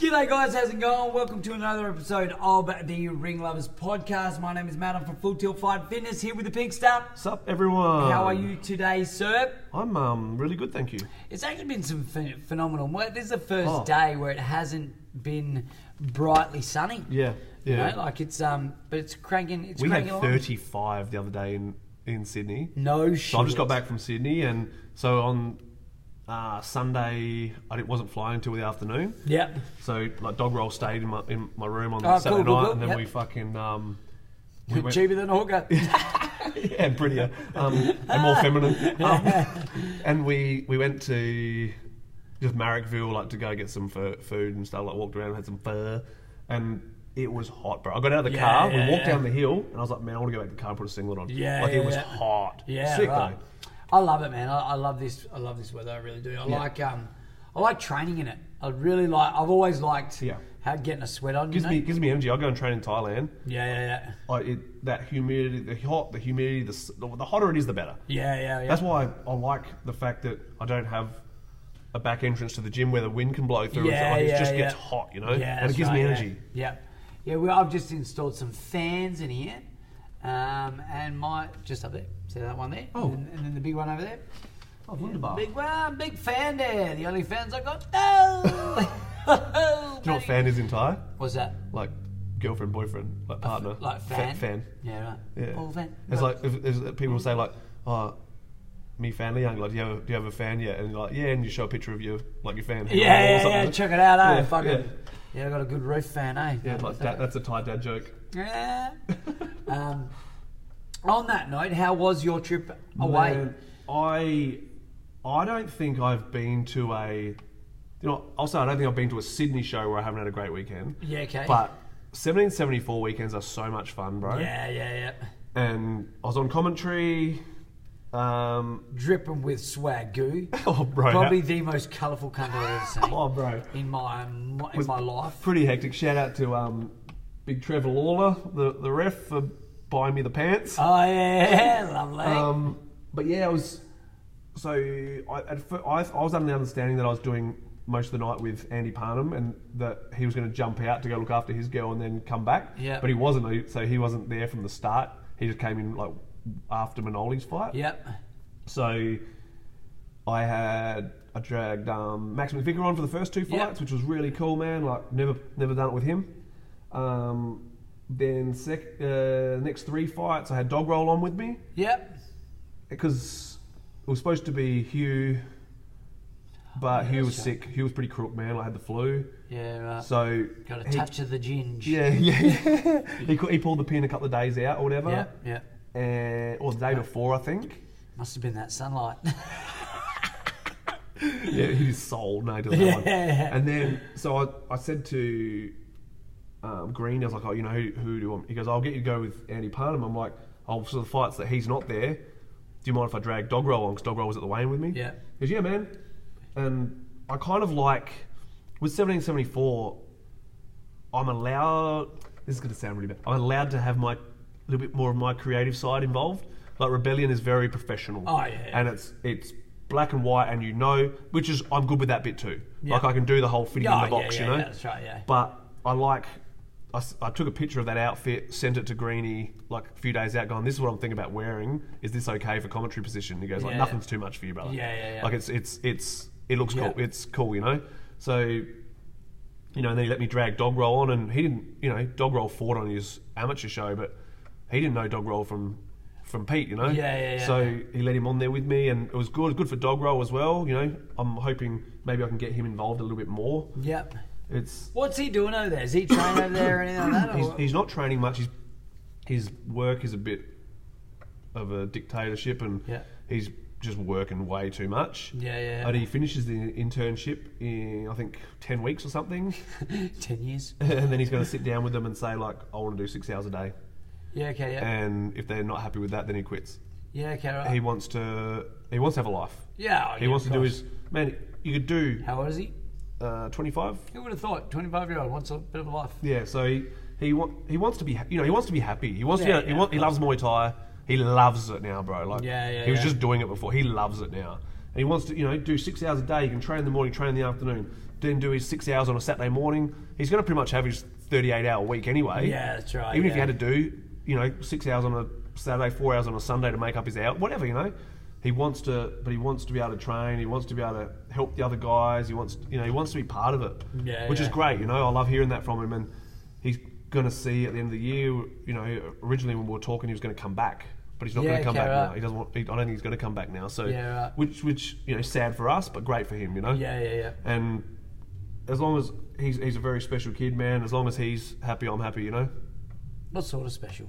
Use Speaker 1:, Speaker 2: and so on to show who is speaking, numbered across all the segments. Speaker 1: G'day, guys. How's it going? Welcome to another episode of the Ring Lovers Podcast. My name is Matt. I'm from Full Tilt Fight Fitness here with the Pink Star.
Speaker 2: Sup everyone?
Speaker 1: How are you today, sir?
Speaker 2: I'm um really good, thank you.
Speaker 1: It's actually been some ph- phenomenal weather. This is the first
Speaker 2: Oh.
Speaker 1: day where it hasn't been brightly sunny.
Speaker 2: Yeah,
Speaker 1: You
Speaker 2: yeah.
Speaker 1: know, like it's um, but it's cranking. It's Mm.
Speaker 2: we had
Speaker 1: cranking along.
Speaker 2: 35 the other day in in Sydney.
Speaker 1: No shit.
Speaker 2: So I've just got back from Sydney, and so on uh, Sunday I didn't- wasn't flying until the afternoon.
Speaker 1: Yep.
Speaker 2: So like dog roll stayed in my in my room on
Speaker 1: Oh, cool,
Speaker 2: Saturday
Speaker 1: cool,
Speaker 2: night,
Speaker 1: cool,
Speaker 2: and then
Speaker 1: yep.
Speaker 2: we fucking um we went-
Speaker 1: Cheaper than a hooker.
Speaker 2: and prettier um, and
Speaker 1: Ah.
Speaker 2: more feminine. Um, and we we went to just Marrickville like to go get some fu- food and stuff. Like walked around, had some fur, and it was hot, bro. I got out of the
Speaker 1: Yeah,
Speaker 2: car,
Speaker 1: yeah,
Speaker 2: we walked
Speaker 1: yeah.
Speaker 2: down the hill, and I was like, man, I want to go back to the car and put a singlet on.
Speaker 1: Yeah,
Speaker 2: like
Speaker 1: yeah,
Speaker 2: it was
Speaker 1: yeah.
Speaker 2: hot.
Speaker 1: Yeah,
Speaker 2: sick
Speaker 1: right.
Speaker 2: though.
Speaker 1: I love it, man. I, I love this. I love this weather. I really do. I like um, I like training in it. I really like. I've always liked
Speaker 2: Yeah.
Speaker 1: how getting a sweat on.
Speaker 2: Gives
Speaker 1: you know?
Speaker 2: me gives me energy. I go and train in Thailand.
Speaker 1: Yeah, yeah, yeah,
Speaker 2: I, it, that humidity, the hot, the humidity, the, s- the hotter it is, the better.
Speaker 1: yeah, yeah, yeah.
Speaker 2: That's why I, I like the fact that I don't have a back entrance to the gym where the wind can blow through.
Speaker 1: Yeah,
Speaker 2: Yeah, like,
Speaker 1: yeah,
Speaker 2: it just
Speaker 1: yeah.
Speaker 2: gets hot, you know,
Speaker 1: Yeah,
Speaker 2: and
Speaker 1: that's
Speaker 2: it gives me
Speaker 1: right,
Speaker 2: energy.
Speaker 1: Yeah, yeah. yeah well, I've just installed some fans in here, um, and my just up there. See that one there?
Speaker 2: Oh.
Speaker 1: and, and then the big one over there.
Speaker 2: Oh,
Speaker 1: Big one, big fan there. The only fans I got. Oh,
Speaker 2: Do you know what fan is in Thai?
Speaker 1: What's that?
Speaker 2: Like girlfriend, boyfriend, like partner.
Speaker 1: Like
Speaker 2: Fa-
Speaker 1: fan?
Speaker 2: fan.
Speaker 1: Yeah, right.
Speaker 2: Yeah.
Speaker 1: All fan.
Speaker 2: It's like if, if people say like, oh, me fan Liang, like do you have a, do you have a fan yet? And you're like yeah, and you show a picture of your like your fan. hanging on the
Speaker 1: Yeah,
Speaker 2: wall or
Speaker 1: yeah, yeah.
Speaker 2: something.
Speaker 1: Check it out, eh?
Speaker 2: Yeah,
Speaker 1: Fucking. Yeah.
Speaker 2: yeah.
Speaker 1: I got a good roof fan, eh?
Speaker 2: Yeah, like that, that's a Thai dad joke.
Speaker 1: Yeah. um, on that note, how was your trip away?
Speaker 2: Man, I I don't think I've been to a you know also I don't think I've been to a Sydney show where I haven't had a great weekend.
Speaker 1: Yeah, okay.
Speaker 2: But 1774 weekends are so much fun, bro.
Speaker 1: Yeah, yeah, yeah.
Speaker 2: And I was on commentary. Um,
Speaker 1: Dripping with swag goo.
Speaker 2: oh, bro.
Speaker 1: Probably the most colourful cunt I've ever seen
Speaker 2: oh, bro.
Speaker 1: in my in my life.
Speaker 2: Pretty hectic. Shout out to um, Big Trevor Lawler, the, the ref, for buying me the pants.
Speaker 1: Oh yeah, lovely.
Speaker 2: Um, but yeah, I was. So I, at fir- I, I was under the understanding that I was doing most of the night with Andy Parnham, and that he was going to jump out to go look after his girl and then come back.
Speaker 1: Yeah.
Speaker 2: But he wasn't. he- So he wasn't there from the start. He just came in like after Manoli's fight.
Speaker 1: yep.
Speaker 2: So I had I dragged um, Max McVicker on for the first two fights,
Speaker 1: Yeah.
Speaker 2: which was really cool, man. Like never never done it with him. Um, then sec, uh, next three fights, I had Dog Roll on with me
Speaker 1: Yep.
Speaker 2: because it was supposed to be Hugh, but Hugh was sick. Hugh was pretty crook, man. I had the flu,
Speaker 1: Yeah. Right.
Speaker 2: so
Speaker 1: got a
Speaker 2: he-
Speaker 1: touch of the ginge.
Speaker 2: Yeah, yeah, yeah. he, cou- he pulled the pin a couple of days out or whatever,
Speaker 1: Yeah. Yeah.
Speaker 2: and or the day before, I think.
Speaker 1: Must have been that sunlight.
Speaker 2: Yeah, hit his soul. No, he doesn't have one.
Speaker 1: Yeah.
Speaker 2: And then, so I, I said to um, Green, I was like, oh, you know, who, who do you want? He goes, I'll get you to go with Andy Parnham. I'm like, oh, so the fights that he's not there, do you mind if I drag Dogrel along? Because Dogrel was at the Wayne with me.
Speaker 1: Yeah.
Speaker 2: He goes, yeah, man. And I kind of like, with 1774, I'm allowed, this is going to sound really bad, I'm allowed to have my, a little bit more of my creative side involved. Like, Rebellion is very professional
Speaker 1: Oh, yeah.
Speaker 2: and it's it's black and white, and you know, which is I'm good with that bit too.
Speaker 1: Yeah.
Speaker 2: Like I can do the whole fitting
Speaker 1: Yeah,
Speaker 2: in the box,
Speaker 1: yeah,
Speaker 2: you
Speaker 1: yeah,
Speaker 2: know.
Speaker 1: yeah, that's right, yeah.
Speaker 2: But I like. I, s- I took a picture of that outfit, sent it to Greeny like a few days out, going, "This is what I'm thinking about wearing. Is this okay for commentary position?" And he goes, "Like
Speaker 1: Yeah.
Speaker 2: nothing's too much for you, brother.
Speaker 1: Yeah, yeah, yeah.
Speaker 2: Like it's it's it's it looks
Speaker 1: Yeah.
Speaker 2: cool. It's cool, you know. So you know, and then he let me drag Dog Roll on, and he didn't, you know, Dog Roll fought on his amateur show, but he didn't know Dog Roll from from Pete, you know.
Speaker 1: Yeah, yeah, yeah.
Speaker 2: So he let him on there with me, and it was good, good for Dog Roll as well. You know, I'm hoping maybe I can get him involved a little bit more.
Speaker 1: yep.
Speaker 2: It's
Speaker 1: What's he doing over there? Is he training over there or anything like that?
Speaker 2: he's,
Speaker 1: or-
Speaker 2: he's not training much. He's his work is a bit of a dictatorship, and
Speaker 1: Yeah.
Speaker 2: he's just working way too much.
Speaker 1: Yeah, yeah.
Speaker 2: And he finishes the internship in I think ten weeks or something,
Speaker 1: Ten years.
Speaker 2: and then he's going to sit down with them and say like, I want to do six hours a day.
Speaker 1: Yeah. Okay. Yeah.
Speaker 2: And if they're not happy with that, then he quits.
Speaker 1: yeah. Okay. Right.
Speaker 2: He wants to. He wants to have a life.
Speaker 1: Uh. Oh, yeah.
Speaker 2: He wants to do his man. You could do
Speaker 1: How old is he?
Speaker 2: uh, twenty-five.
Speaker 1: Who would have thought? Twenty-five year old wants a bit of a life.
Speaker 2: Yeah, so he he, wa- he wants to be ha- you know he wants to be happy. He wants
Speaker 1: Yeah,
Speaker 2: to be,
Speaker 1: yeah,
Speaker 2: he, wa- he loves Muay Thai. He loves it now, bro. Like
Speaker 1: Yeah, yeah,
Speaker 2: he was
Speaker 1: yeah.
Speaker 2: just doing it before. He loves it now, and he wants to you know do six hours a day. He can train in the morning, train in the afternoon, then do his six hours on a Saturday morning. He's going to pretty much have his thirty-eight hour week anyway.
Speaker 1: Yeah, that's right,
Speaker 2: Even if he
Speaker 1: yeah.
Speaker 2: had to do you know six hours on a Saturday, four hours on a Sunday to make up his hour, whatever you know. He wants to, but he wants to be able to train. He wants to be able to help the other guys. He wants, you know, he wants to be part of it,
Speaker 1: Yeah,
Speaker 2: which is
Speaker 1: yeah.
Speaker 2: great great. You know, I love hearing that from him, and he's going to see at the end of the year. You know, originally when we were talking, he was going to come back, but he's not
Speaker 1: Yeah,
Speaker 2: going to come
Speaker 1: okay,
Speaker 2: back
Speaker 1: right.
Speaker 2: now. He doesn't want. He, I don't think he's going to come back now. So,
Speaker 1: Yeah, right.
Speaker 2: which which you know, sad for us, but great for him. You know.
Speaker 1: Yeah. Yeah. Yeah.
Speaker 2: And as long as he's he's a very special kid, man. As long as he's happy, I'm happy. You know.
Speaker 1: What sort of special?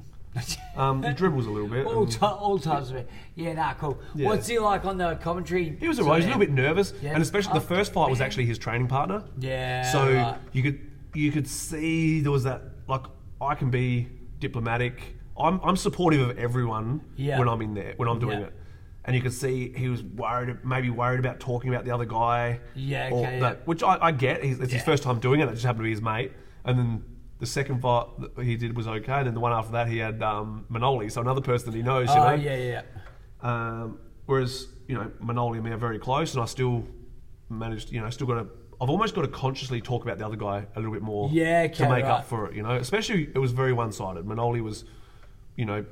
Speaker 2: Um,
Speaker 1: Uh,
Speaker 2: he dribbles a little bit.
Speaker 1: all,
Speaker 2: and
Speaker 1: ti all types of it. Yeah. Nah. Cool.
Speaker 2: Yeah.
Speaker 1: What's he like on the commentary?
Speaker 2: he was alright. He was a little bit nervous,
Speaker 1: Yeah.
Speaker 2: and especially the
Speaker 1: Oh,
Speaker 2: first fight was
Speaker 1: man.
Speaker 2: actually his training partner.
Speaker 1: Yeah.
Speaker 2: So
Speaker 1: right.
Speaker 2: you could you could see there was that like I can be diplomatic. I'm I'm supportive of everyone
Speaker 1: Yeah.
Speaker 2: when I'm in there when I'm doing
Speaker 1: Yeah.
Speaker 2: it. And you could see he was worried, maybe worried about talking about the other guy.
Speaker 1: Yeah,
Speaker 2: or
Speaker 1: okay, yeah.
Speaker 2: Which I, I get. He's, it's
Speaker 1: Yeah.
Speaker 2: his first time doing it. It just happened to be his mate. And then the second fight that he did was okay. And then the one after that, he had um, Manoli, so another person that he knows. you
Speaker 1: Oh
Speaker 2: know?
Speaker 1: yeah. Yeah.
Speaker 2: Um, whereas you know Manoli and me are very close, and I still managed. You know, still got to. I've almost got to consciously talk about the other guy a little bit more.
Speaker 1: Yeah, okay,
Speaker 2: to make
Speaker 1: right.
Speaker 2: up for it. You know, especially it was very one sided. Manoli was, you know,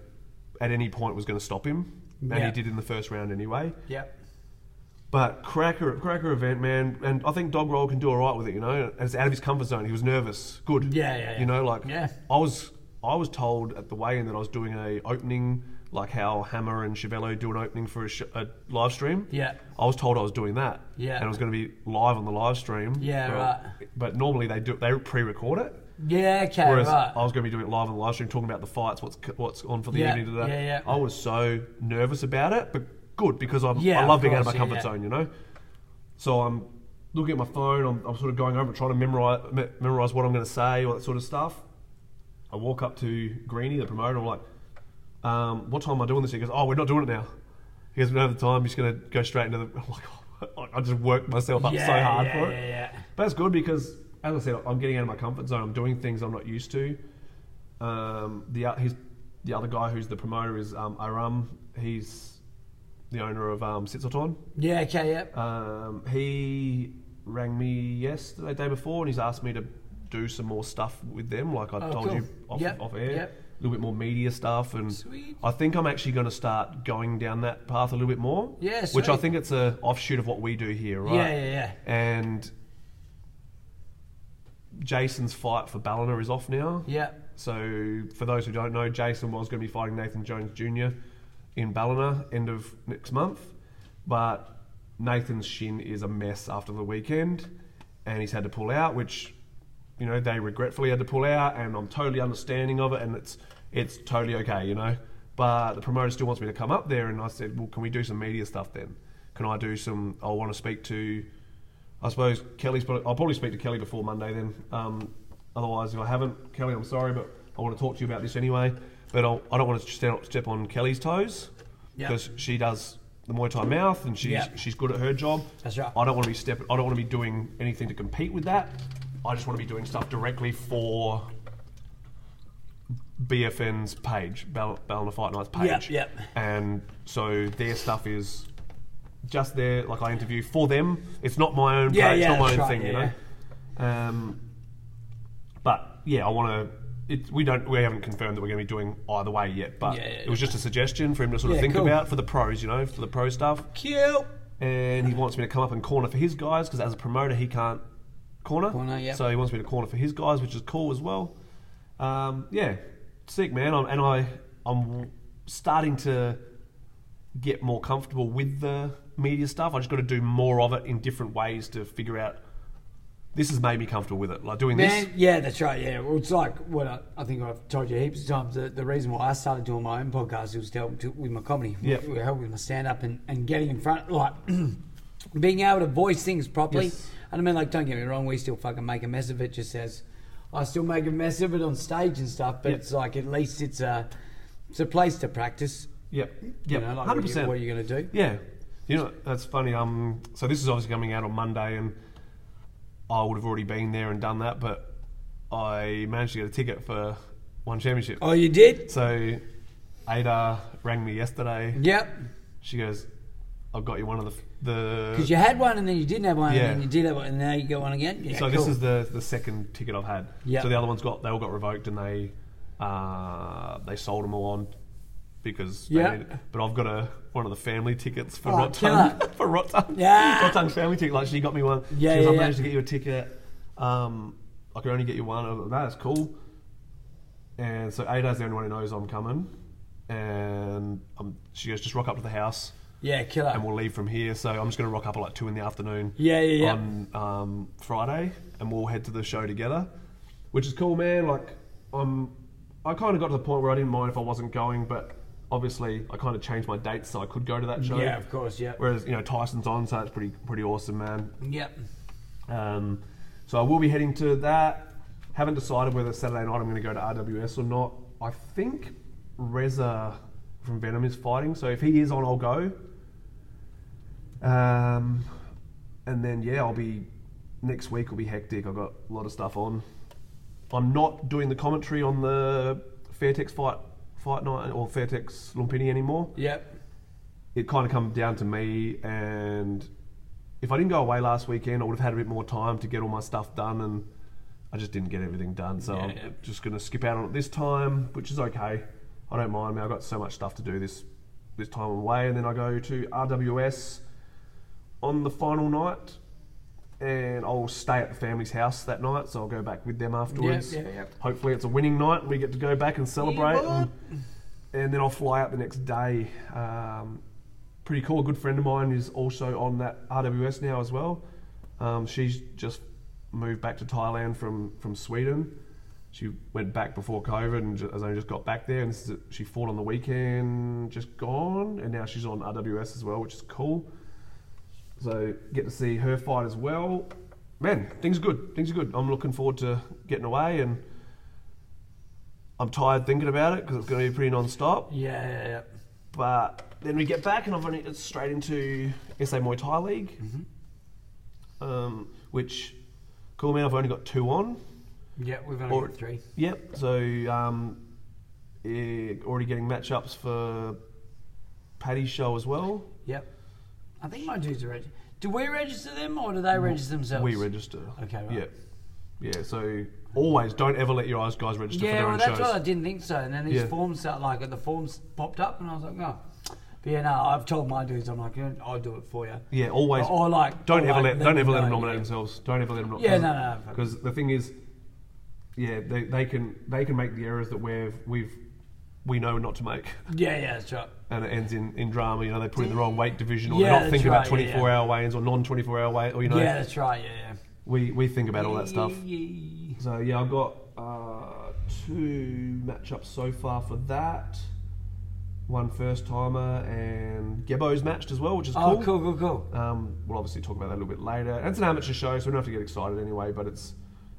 Speaker 2: at any point was going to stop him, and
Speaker 1: Yeah.
Speaker 2: he did in the first round anyway.
Speaker 1: Yep.
Speaker 2: But cracker, cracker event, man, and I think Dog Roll can do all right with it. You know, and it's out of his comfort zone. He was nervous. Good.
Speaker 1: Yeah, yeah, yeah.
Speaker 2: You know, like
Speaker 1: Yeah.
Speaker 2: I was, I was told at the weigh-in that I was doing a opening, like how Hammer and Chevello do an opening for a, sh- a live stream.
Speaker 1: Yeah.
Speaker 2: I was told I was doing that.
Speaker 1: Yeah.
Speaker 2: And it was going to be live on the live stream.
Speaker 1: Yeah,
Speaker 2: right. But normally they do, they pre-record it.
Speaker 1: Yeah. Okay.
Speaker 2: Whereas
Speaker 1: right.
Speaker 2: I was going to be doing it live on the live stream, talking about the fights, what's what's on for the
Speaker 1: Yeah,
Speaker 2: evening today.
Speaker 1: yeah, yeah.
Speaker 2: I was so nervous about it, but good because I'm,
Speaker 1: Yeah,
Speaker 2: I
Speaker 1: of
Speaker 2: love being out of my
Speaker 1: course,
Speaker 2: comfort
Speaker 1: yeah, yeah.
Speaker 2: zone, you know. So I'm looking at my phone. I'm, I'm sort of going over, it, trying to memorize me- memorize what I'm going to say, all that sort of stuff. I walk up to Greeny, the promoter. and I'm like, um, "What time am I doing this?" He goes, "Oh, we're not doing it now." He goes, "We don't have the time. I'm just going to go straight into the." I'm like, oh, I just worked myself up
Speaker 1: Yeah,
Speaker 2: so hard
Speaker 1: yeah,
Speaker 2: for it.
Speaker 1: yeah, yeah.
Speaker 2: But that's good because, as I said, I'm getting out of my comfort zone. I'm doing things I'm not used to. Um, the o- he's, the other guy who's the promoter is um, Aram. He's the owner of um, Sitsoton.
Speaker 1: yeah. Okay. Yep.
Speaker 2: Um, he rang me yesterday, day before, and he's asked me to do some more stuff with them, like I
Speaker 1: Oh,
Speaker 2: told
Speaker 1: cool.
Speaker 2: you off,
Speaker 1: Yep,
Speaker 2: off air.
Speaker 1: yep.
Speaker 2: A little bit more media stuff, and
Speaker 1: Sweet.
Speaker 2: I think I'm actually going to start going down that path a little bit more.
Speaker 1: Yeah,
Speaker 2: which I
Speaker 1: sweet.
Speaker 2: think it's a offshoot of what we do here, right?
Speaker 1: Yeah, yeah, yeah.
Speaker 2: And Jason's fight for Ballina is off now.
Speaker 1: Yep.
Speaker 2: So, for those who don't know, Jason was going to be fighting Nathan Jones Jr. in Ballina end of next month, but Nathan's shin is a mess after the weekend, and he's had to pull out, which you know they regretfully had to pull out, and I'm totally understanding of it, and it's it's totally okay, you know. But the promoter still wants me to come up there, and I said, well, can we do some media stuff then? Can I do some? I want to speak to I suppose Kelly's. Probably, I'll probably speak to Kelly before Monday then. Um, otherwise, if I haven't, Kelly, I'm sorry, but I want to talk to you about this anyway. But I'll, I don't want to step, step on Kelly's toes
Speaker 1: Yeah.
Speaker 2: because she does the Muay Thai mouth and she's
Speaker 1: Yeah.
Speaker 2: she's good at her job.
Speaker 1: That's right.
Speaker 2: I don't want to be step. I don't want to be doing anything to compete with that. I just want to be doing stuff directly for BFN's page, Bal- Ballina Fight Nights page.
Speaker 1: yep.
Speaker 2: And so their stuff is just there, like I interview for them. It's not my own
Speaker 1: Yeah,
Speaker 2: page,
Speaker 1: yeah,
Speaker 2: it's not my
Speaker 1: that's
Speaker 2: own
Speaker 1: right,
Speaker 2: thing,
Speaker 1: yeah,
Speaker 2: you know. Um, but yeah, I want to. We don't. We haven't confirmed that we're going to be doing either way yet. But
Speaker 1: Yeah, yeah,
Speaker 2: it was just a suggestion for him to sort
Speaker 1: Yeah,
Speaker 2: of think
Speaker 1: cool.
Speaker 2: about for the pros, you know, for the pro stuff.
Speaker 1: Cute.
Speaker 2: And he wants me to come up and corner for his guys because as a promoter he can't corner.
Speaker 3: Corner, yeah.
Speaker 2: So he wants me to corner for his guys, which is cool as well. Um, yeah, sick man. I'm, and I, I'm starting to get more comfortable with the media stuff. I just got to do more of it in different ways to figure out this has made me comfortable with it. Like doing this.
Speaker 1: Man, yeah, that's right. Yeah, well, it's like what I, I think I've told you heaps of times. The, the reason why I started doing my own podcast was to help to, with my comedy,
Speaker 2: Yep.
Speaker 1: to help with my stand up, and, and getting in front, like being able to voice things properly.
Speaker 2: Yes.
Speaker 1: And I mean, like, don't get me wrong, we still fucking make a mess of it. Just as I still make a mess of it on stage and stuff, but
Speaker 2: Yep.
Speaker 1: it's like at least it's a it's a place to practice.
Speaker 2: Yep.
Speaker 1: You
Speaker 2: Yep.
Speaker 1: know, like
Speaker 2: Hundred
Speaker 1: what, you,
Speaker 2: percent.
Speaker 1: what you're going to do.
Speaker 2: Yeah. You know, that's funny. Um, so this is obviously coming out on Monday, and I would have already been there and done that, but I managed to get a ticket for one championship.
Speaker 1: Oh, you did?
Speaker 2: So Ada rang me yesterday.
Speaker 1: Yep.
Speaker 2: She goes, "I've got you one of the f- the."
Speaker 1: Because you had one and then you didn't have one,
Speaker 2: Yeah.
Speaker 1: and then you did have one, and now you got one again. Yeah,
Speaker 2: so
Speaker 1: cool.
Speaker 2: this is the the second ticket I've had.
Speaker 1: Yeah.
Speaker 2: So the other ones got they all got revoked and they uh, they sold them all on because they
Speaker 1: Yeah.
Speaker 2: needed- but I've got a one of the family tickets for
Speaker 1: Oh,
Speaker 2: Rotterdam
Speaker 1: killer.
Speaker 2: for Rotterdam.
Speaker 1: Yeah.
Speaker 2: Rotterdam family ticket. Like she got me one.
Speaker 1: Yeah,
Speaker 2: She goes,
Speaker 1: yeah,
Speaker 2: I
Speaker 1: yeah.
Speaker 2: managed to get you a ticket. Um, I could only get you one. I was like, "No, that's cool. And so Ada's the only one who knows I'm coming. And um, she goes, just rock up to the house
Speaker 1: yeah, killer.
Speaker 2: and we'll leave from here. So I'm just going to rock up at like two in the afternoon.
Speaker 1: Yeah, yeah, yeah.
Speaker 2: On um, Friday, and we'll head to the show together, which is cool, man. Like, I'm, I kind of got to the point where I didn't mind if I wasn't going, but obviously I kind of changed my dates so I could go to that show.
Speaker 1: Yeah, of course, yeah.
Speaker 2: Whereas you know Tyson's on, so it's pretty pretty awesome, man.
Speaker 1: Yep.
Speaker 2: Um, so I will be heading to that. Haven't decided whether Saturday night I'm going to go to RWS or not. I think Reza from Venom is fighting, so if he is on, I'll go. Um, and then yeah, I'll be next week will be hectic. I've got a lot of stuff on. I'm not doing the commentary on the Fairtex fight fight night or Fairtex Lumpini anymore
Speaker 1: Yep.
Speaker 2: it kind of come down to me and if I didn't go away last weekend, I would have had a bit more time to get all my stuff done, and I just didn't get everything done. So I'm
Speaker 1: yeah.
Speaker 2: just going to skip out on it this time, which is okay. I don't mind. I mean, I've got so much stuff to do this this time away, and then I go to RWS on the final night, and I'll stay at the family's house that night. So I'll go back with them afterwards.
Speaker 1: yeah, yeah.
Speaker 2: Hopefully, it's a winning night. We get to go back and celebrate, and, and then I'll fly out the next day. Um, pretty cool. A good friend of mine is also on that RWS now as well. Um, she's just moved back to Thailand from, from Sweden. She went back before COVID and ju- has only just got back there. And this is, she fought on the weekend, just gone, and now she's on RWS as well, which is cool. So get to see her fight as well. Man, things are good. Things are good. I'm looking forward to getting away, and I'm tired thinking about it because it's going to be pretty non-stop.
Speaker 1: Yeah, yeah, yeah.
Speaker 2: But then we get back, and I've only it's straight into SA Muay Thai League,
Speaker 1: Mm-hmm.
Speaker 2: um, which cool man. I've only got two on.
Speaker 1: Yeah, we've only
Speaker 2: Or-
Speaker 1: got three.
Speaker 2: Yep. So um, eh, already getting matchups for Paddy's show as well.
Speaker 1: Yep. I think my dudes are registered. Do we register them or do they register themselves?
Speaker 2: We register.
Speaker 1: Okay, right.
Speaker 2: Yeah. Yeah. So always don't ever let your eyes guys register for
Speaker 1: Yeah,
Speaker 2: their
Speaker 1: well,
Speaker 2: own
Speaker 1: that's
Speaker 2: shows.
Speaker 1: what I didn't think so. And then these
Speaker 2: Yeah.
Speaker 1: forms start like the forms popped up, and I was like, oh. But yeah, no, I've told my dudes, I'm like, "Yeah, I'll do it for you.
Speaker 2: Yeah, always.
Speaker 1: Or, or Oh, like,
Speaker 2: Don't
Speaker 1: or
Speaker 2: ever
Speaker 1: like,
Speaker 2: let don't ever let them
Speaker 1: know,
Speaker 2: nominate
Speaker 1: yeah.
Speaker 2: themselves. Don't ever let them. nom-
Speaker 1: Yeah, no, no, no.
Speaker 2: Because the thing is, yeah, they, they can they can make the errors that we've we've we know not to make,
Speaker 1: Yeah, yeah, that's right.
Speaker 2: and it ends in, in drama. You know, they put in the wrong weight division, or
Speaker 1: Yeah,
Speaker 2: they're not
Speaker 1: that's
Speaker 2: thinking about
Speaker 1: right, yeah,
Speaker 2: twenty
Speaker 1: yeah.
Speaker 2: four hour weigh-ins or non twenty four hour weigh, or you know,
Speaker 1: Yeah, that's right. Yeah, yeah.
Speaker 2: we we think about all that stuff.
Speaker 1: Yeah, yeah,
Speaker 2: So yeah, I've got uh, two matchups so far for that. One first timer and Gebo's matched as well, which is
Speaker 1: Oh, cool, cool, cool.
Speaker 2: um, we'll obviously talk about that a little bit later. And it's an amateur show, so we don't have to get excited anyway. But it's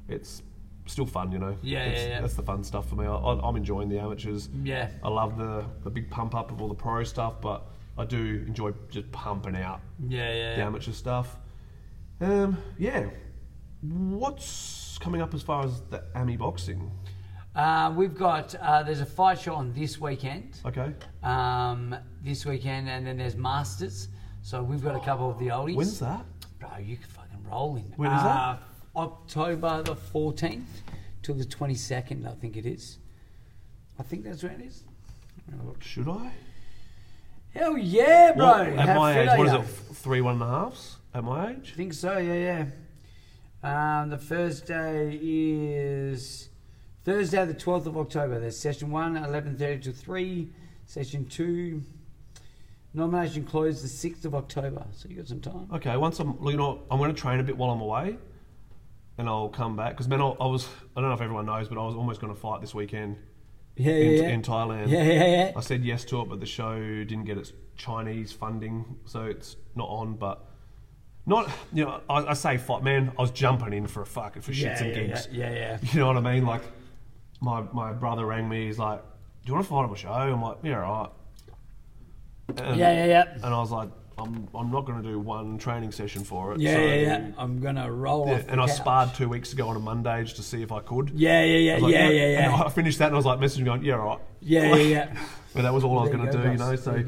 Speaker 2: it's still fun, you know.
Speaker 1: Yeah,
Speaker 2: It's-
Speaker 1: yeah, yeah.
Speaker 2: That's the fun stuff for me. I, I- I'm enjoying the amateurs.
Speaker 1: Yeah.
Speaker 2: I love the the big pump up of all the pro stuff, but I do enjoy just pumping out
Speaker 1: Yeah, yeah,
Speaker 2: the
Speaker 1: yeah.
Speaker 2: amateur stuff. Um, yeah. What's coming up as far as the AMI boxing?
Speaker 1: Uh, we've got uh, there's a fight show on this weekend.
Speaker 2: Okay.
Speaker 1: um, this weekend, and then there's Masters. So we've got a couple of the oldies.
Speaker 2: When's that?
Speaker 1: Bro, you can fucking roll in. Uh,
Speaker 2: When is that?
Speaker 1: October the 14th till the 22nd, I think it is. I think that's when it is.
Speaker 2: Should I?
Speaker 1: Hell yeah, bro!
Speaker 2: What- at
Speaker 1: How
Speaker 2: my
Speaker 1: fit
Speaker 2: age,
Speaker 1: are
Speaker 2: what is
Speaker 1: ya?
Speaker 2: it? f- Three one and a halfs? At my age?
Speaker 1: I think so, yeah, yeah. Um, the first day is Thursday, the 12th of October. There's session one, 11.30 to 3. Session two, nomination closed the 6th of October. So you got some time.
Speaker 2: Okay, once I'm, you know, I'm going to train a bit while I'm away, and I'll come back because man, I, I was I don't know if everyone knows, but I was almost going to fight this weekend
Speaker 1: Yeah,
Speaker 2: in,
Speaker 1: yeah, yeah.
Speaker 2: in Thailand.
Speaker 1: Yeah, yeah, yeah.
Speaker 2: I said yes to it, but the show didn't get its Chinese funding, so it's not on. But not, you know, I, I say fight, man. I was jumping in for a fuck for shits
Speaker 1: yeah,
Speaker 2: and
Speaker 1: yeah,
Speaker 2: gigs.
Speaker 1: yeah, yeah, yeah.
Speaker 2: You know what I mean? Like, my my brother rang me. He's like, "Do you want to fight on my show?" I'm like, "Yeah, all right." And,
Speaker 1: Yeah, yeah, yeah.
Speaker 2: And I was like, "I'm I'm not going to do one training session for it."
Speaker 1: Yeah,
Speaker 2: so,
Speaker 1: yeah, yeah. I'm gonna roll
Speaker 2: yeah,
Speaker 1: off. the
Speaker 2: and I
Speaker 1: couch.
Speaker 2: sparred two weeks ago on a Monday just to see if I could.
Speaker 1: Yeah, yeah, yeah,
Speaker 2: I was like,
Speaker 1: yeah, yeah,
Speaker 2: And
Speaker 1: yeah,
Speaker 2: I finished that and I was like messaging going, yeah, all right.
Speaker 1: yeah, yeah, yeah.
Speaker 2: But that was all I was
Speaker 1: There
Speaker 2: going to
Speaker 1: go,
Speaker 2: do, you
Speaker 1: guys.
Speaker 2: know.
Speaker 1: There you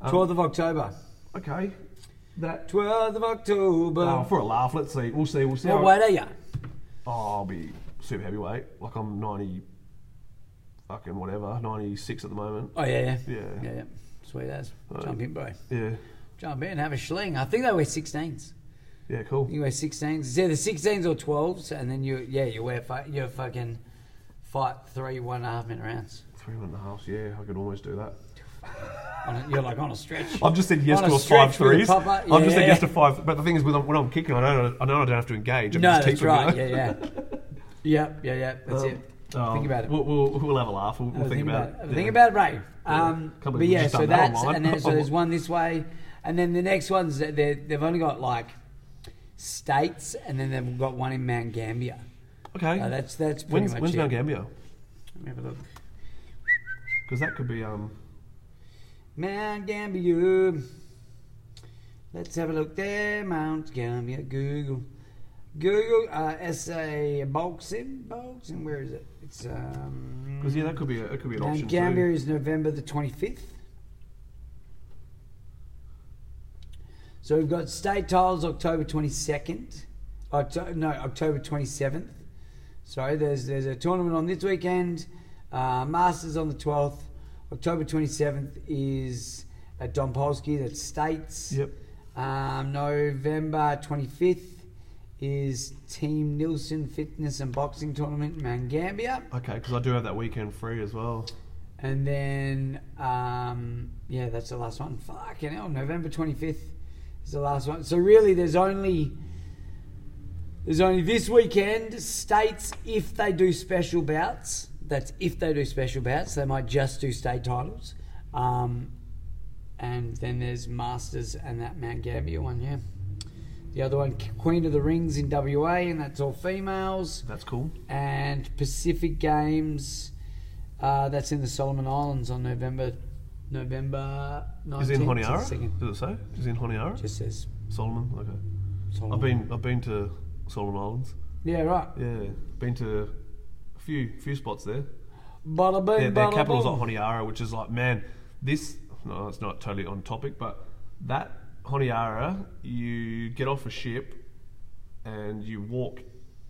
Speaker 2: So um,
Speaker 1: go. 12th of October.
Speaker 2: okay, that
Speaker 1: 12th of October.
Speaker 2: oh, for a laugh, let's see. We'll see. We'll see.
Speaker 1: what
Speaker 2: how-
Speaker 1: weight are you?
Speaker 2: oh, I'll be super heavyweight. Like I'm ninety, fucking whatever, ninety six at the moment.
Speaker 1: Oh yeah, yeah,
Speaker 2: Yeah.
Speaker 1: yeah, yeah. Sweet as. Jump in, bro.
Speaker 2: Yeah,
Speaker 1: Jump in, have a schling. I think they wear 16s.
Speaker 2: yeah, cool.
Speaker 1: You wear 16s. It's either 16s or 12s, and then you, yeah, you wear fu- you fucking fight three one and a half minute rounds.
Speaker 2: Three and a half. Yeah, I could almost do that.
Speaker 1: On a, you're like on a stretch.
Speaker 2: I've just said yes
Speaker 1: On
Speaker 2: to
Speaker 1: a
Speaker 2: a five
Speaker 1: stretch with a
Speaker 2: threes.
Speaker 1: pop up,
Speaker 2: I've just said
Speaker 1: yeah.
Speaker 2: yes to five. But the thing is, when I'm, when I'm kicking, I don't. I know I don't have to engage. I can
Speaker 1: no,
Speaker 2: just
Speaker 1: that's
Speaker 2: teach them,
Speaker 1: right.
Speaker 2: You know?
Speaker 1: Yeah, yeah. yep, yeah, yeah. That's
Speaker 2: Um,
Speaker 1: it.
Speaker 2: um,
Speaker 1: think about it.
Speaker 2: We'll, we'll, we'll have a laugh. We'll, we'll
Speaker 1: Have a
Speaker 2: think, about, it.
Speaker 1: Have a
Speaker 2: Yeah.
Speaker 1: Think about it, right? Um,
Speaker 2: Can't believe
Speaker 1: but
Speaker 2: we've
Speaker 1: yeah,
Speaker 2: just
Speaker 1: so
Speaker 2: done that
Speaker 1: that's
Speaker 2: online.
Speaker 1: and then so there's one this way, and then the next ones that they're- they've only got like states, and then they've got one in Mount Gambier.
Speaker 2: Okay.
Speaker 1: Uh, that's that's pretty
Speaker 2: when's
Speaker 1: much
Speaker 2: when's
Speaker 1: it.
Speaker 2: Mount Gambier?
Speaker 1: Let me have a look.
Speaker 2: Because that could be. Um,
Speaker 1: Mount Gambier. Let's have a look there. Mount Gambier. Google. Google uh, SA bulk sim. Bulk sim. Where is it? It's um.
Speaker 2: Because yeah, that could be a, that could be an option
Speaker 1: Mount Gambier is November the 25th. So we've got state titles October 22nd. October, no, October 27th. Sorry, there's there's a tournament on this weekend. Uh, Masters on the 12th. October 27th is at Don Polsky, that's states.
Speaker 2: Yep.
Speaker 1: Um, November 25th is Team Nilsson Fitness and Boxing Tournament, Mount Gambier.
Speaker 2: too. Okay, because I do have that weekend free as well.
Speaker 1: And then, um, yeah, that's the last one. Fucking hell, November 25th is the last one. So really, there's only there's only this weekend. States, if they do special bouts, that's if they do special bouts. They might just do state titles. Um, and then there's Masters and that Mount Gambier one, yeah. The other one, Queen of the Rings in WA, and that's all females
Speaker 2: That's cool.
Speaker 1: and Pacific Games. Uh, that's in the Solomon Islands on November November
Speaker 2: Is
Speaker 1: nineteenth.
Speaker 2: it in Honiara? Does it say? Is it in Honiara?
Speaker 1: Just says
Speaker 2: Solomon. Okay.
Speaker 1: Solomon.
Speaker 2: I've been I've been to Solomon Islands.
Speaker 1: yeah, right.
Speaker 2: Yeah, been to a few few spots there.
Speaker 1: Bada
Speaker 2: Their,
Speaker 1: boom,
Speaker 2: their
Speaker 1: bada
Speaker 2: capital's
Speaker 1: boom.
Speaker 2: at Honiara, which is like man, this. No, it's not totally on topic, but that Honiara, you get off a ship, and you walk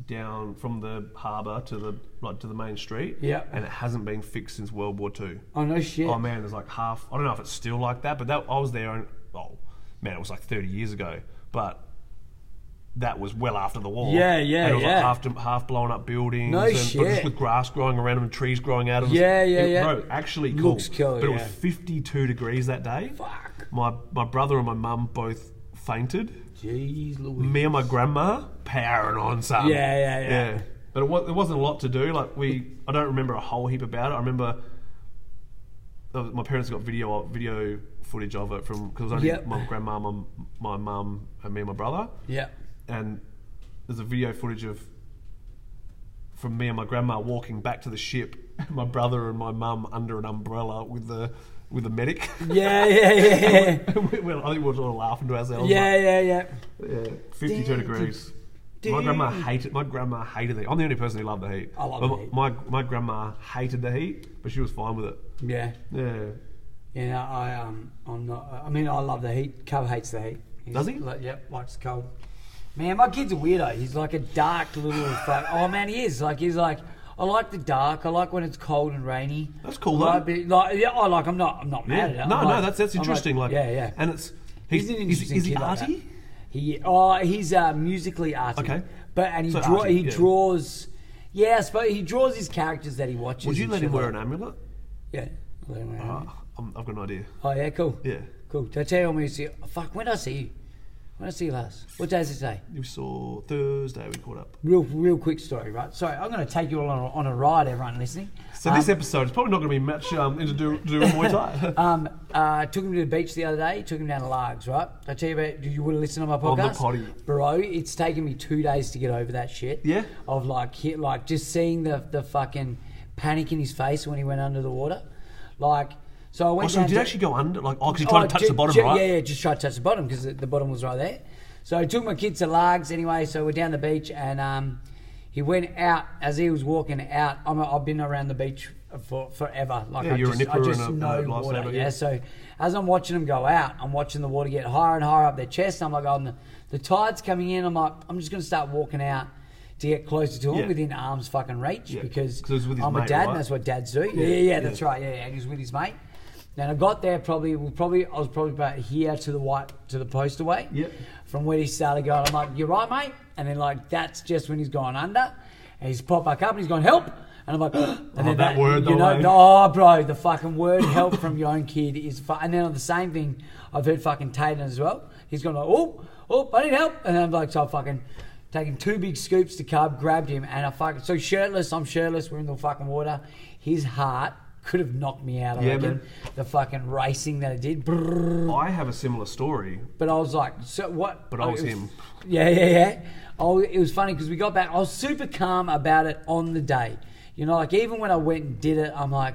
Speaker 2: down from the harbour to the like to the main street.
Speaker 1: Yep.
Speaker 2: And it hasn't been fixed since World War Two.
Speaker 1: Oh no shit.
Speaker 2: Oh man, there's like half. I don't know if it's still like that, but that I was there and oh man, it was like 30 years ago. But that was well after the war.
Speaker 1: Yeah, yeah,
Speaker 2: And it was
Speaker 1: yeah.
Speaker 2: like half, to- half blown up buildings.
Speaker 1: No
Speaker 2: and, but
Speaker 1: shit.
Speaker 2: Just with grass growing around them and trees growing out of them.
Speaker 1: Yeah, yeah,
Speaker 2: It-
Speaker 1: yeah.
Speaker 2: Bro, actually cool.
Speaker 1: Looks killer,
Speaker 2: But it
Speaker 1: yeah.
Speaker 2: was 52 degrees that day.
Speaker 1: Fuck.
Speaker 2: My my brother and my mum both fainted.
Speaker 1: Jeez Louise.
Speaker 2: Me and my grandma powering on some.
Speaker 1: Yeah, yeah, yeah.
Speaker 2: But it, was, it wasn't a lot to do. Like we, I don't remember a whole heap about it. I remember uh, my parents got video video footage of it from because it was only
Speaker 1: Yep.
Speaker 2: my grandma, my, my mum, and me and my brother.
Speaker 1: Yeah.
Speaker 2: And there's a video footage of from me and my grandma walking back to the ship. My brother and my mum under an umbrella with the with the medic.
Speaker 1: Yeah, yeah, yeah, yeah.
Speaker 2: we, we, I think we were all laughing to ourselves. like,
Speaker 1: yeah, yeah, yeah.
Speaker 2: yeah, 52
Speaker 1: Uh, Dude.
Speaker 2: degrees. My
Speaker 1: Dude.
Speaker 2: grandma hated. My grandma hated the heat. I'm the only person who loved the heat.
Speaker 1: I love
Speaker 2: But
Speaker 1: the
Speaker 2: my,
Speaker 1: heat.
Speaker 2: My my grandma hated the heat, but she was fine with it.
Speaker 1: Yeah.
Speaker 2: Yeah.
Speaker 1: You know, I um, I'm not. I mean, I love the heat. Cub hates the heat. He's
Speaker 2: Does he?
Speaker 1: Like, yep, likes the cold. Man, my kid's a weirdo. He's like a dark little. fuck. Oh man, he is. Like he's like. I like the dark. I like when it's cold and rainy.
Speaker 2: That's cool,
Speaker 1: I
Speaker 2: though.
Speaker 1: Like, be- like, yeah, I like. I'm not. I'm not mad at it.
Speaker 2: No,
Speaker 1: I'm
Speaker 2: no,
Speaker 1: like-
Speaker 2: that's that's
Speaker 1: I'm like-
Speaker 2: interesting. like,
Speaker 1: yeah, yeah.
Speaker 2: And it's
Speaker 1: He's
Speaker 2: he's,
Speaker 1: an
Speaker 2: is-
Speaker 1: interesting
Speaker 2: is, he
Speaker 1: kid like
Speaker 2: arty?
Speaker 1: that. He oh, he's uh, musically arty.
Speaker 2: Okay.
Speaker 1: but and he
Speaker 2: So
Speaker 1: draw,
Speaker 2: arty,
Speaker 1: he
Speaker 2: yeah.
Speaker 1: draws. Yeah, I suppose he draws his characters that he watches.
Speaker 2: Would you
Speaker 1: and
Speaker 2: let
Speaker 1: shit
Speaker 2: him wear
Speaker 1: like-
Speaker 2: an amulet?
Speaker 1: Yeah. Let him wear it.
Speaker 2: Uh, I'm, I've got an idea.
Speaker 1: Oh yeah, cool.
Speaker 2: Yeah.
Speaker 1: Cool. Did I tell you when we see? Fuck, when did I see you? When I see you last? What day is it today?
Speaker 2: You saw Thursday we caught up.
Speaker 1: Real, real quick story, right? So I'm going to take you all on a, on a ride, everyone listening.
Speaker 2: So this episode is probably not going to be much um, into do, do with Muay Thai.
Speaker 1: Um, uh, took him to the beach the other day. Took him down to Largs, right? Did I tell you about. Do you want to listen to my
Speaker 2: the
Speaker 1: podcast?
Speaker 2: potty.
Speaker 1: bro. It's taken me two days to get over that shit.
Speaker 2: Yeah?
Speaker 1: Of like, hit, like just seeing the the fucking panic in his face when he went under the water, like. So I
Speaker 2: Oh,
Speaker 1: went.
Speaker 2: so
Speaker 1: down
Speaker 2: did
Speaker 1: to-
Speaker 2: you actually go under? Like, oh, because you tried
Speaker 1: Oh,
Speaker 2: to touch
Speaker 1: ju-
Speaker 2: the bottom,
Speaker 1: ju-
Speaker 2: right?
Speaker 1: Yeah, yeah, just tried to touch the bottom because the, the bottom was right there. So I took my kids to Largs anyway. So we're down the beach, and um, he went out as he was walking out. I'm, a- I've been around the beach for forever. Like
Speaker 2: Yeah,
Speaker 1: I
Speaker 2: you're a
Speaker 1: just, I
Speaker 2: nipper
Speaker 1: just
Speaker 2: and a- and
Speaker 1: know
Speaker 2: a
Speaker 1: water.
Speaker 2: lifesaver,
Speaker 1: yeah.
Speaker 2: yeah.
Speaker 1: So as I'm watching them go out, I'm watching the water get higher and higher up their chest. I'm like, oh, and the, the tide's coming in. I'm like, I'm just gonna start walking out. To get closer to him
Speaker 2: Yeah.
Speaker 1: within arm's fucking reach
Speaker 2: Yeah,
Speaker 1: because
Speaker 2: 'cause it was with his
Speaker 1: I'm a
Speaker 2: mate,
Speaker 1: dad
Speaker 2: right?
Speaker 1: and that's what dads do. Yeah, yeah, that's right. Yeah, yeah, and he's with his mate. And I got there probably, we probably I was probably about here to the white to the post away.
Speaker 2: Yep.
Speaker 1: From where he started going, I'm like, "You're right, mate." And then like that's just when he's gone under, and he's popped back up and he's gone help. And I'm like, and then
Speaker 2: Oh, that word,
Speaker 1: you
Speaker 2: though,
Speaker 1: know,
Speaker 2: eh?
Speaker 1: oh, bro, the fucking word help from your own kid is. Fu- and then on the same thing, I've heard fucking Tatum as well. He's gone like, oh, oh, I need help, and I'm like, so I fucking taking two big scoops to carb, grabbed him, and I fucking so shirtless. I'm shirtless. We're in the fucking water. His heart could have knocked me out. I
Speaker 2: Yeah,
Speaker 1: reckon.
Speaker 2: man.
Speaker 1: The fucking racing that it did. Brrrr.
Speaker 2: I have a similar story,
Speaker 1: But I was like, so what? Oh,
Speaker 2: but I was
Speaker 1: it
Speaker 2: him.
Speaker 1: Yeah, yeah, yeah. Oh, it was funny because we got back. I was super calm about it on the day. You know, like even when I went and did it, I'm like,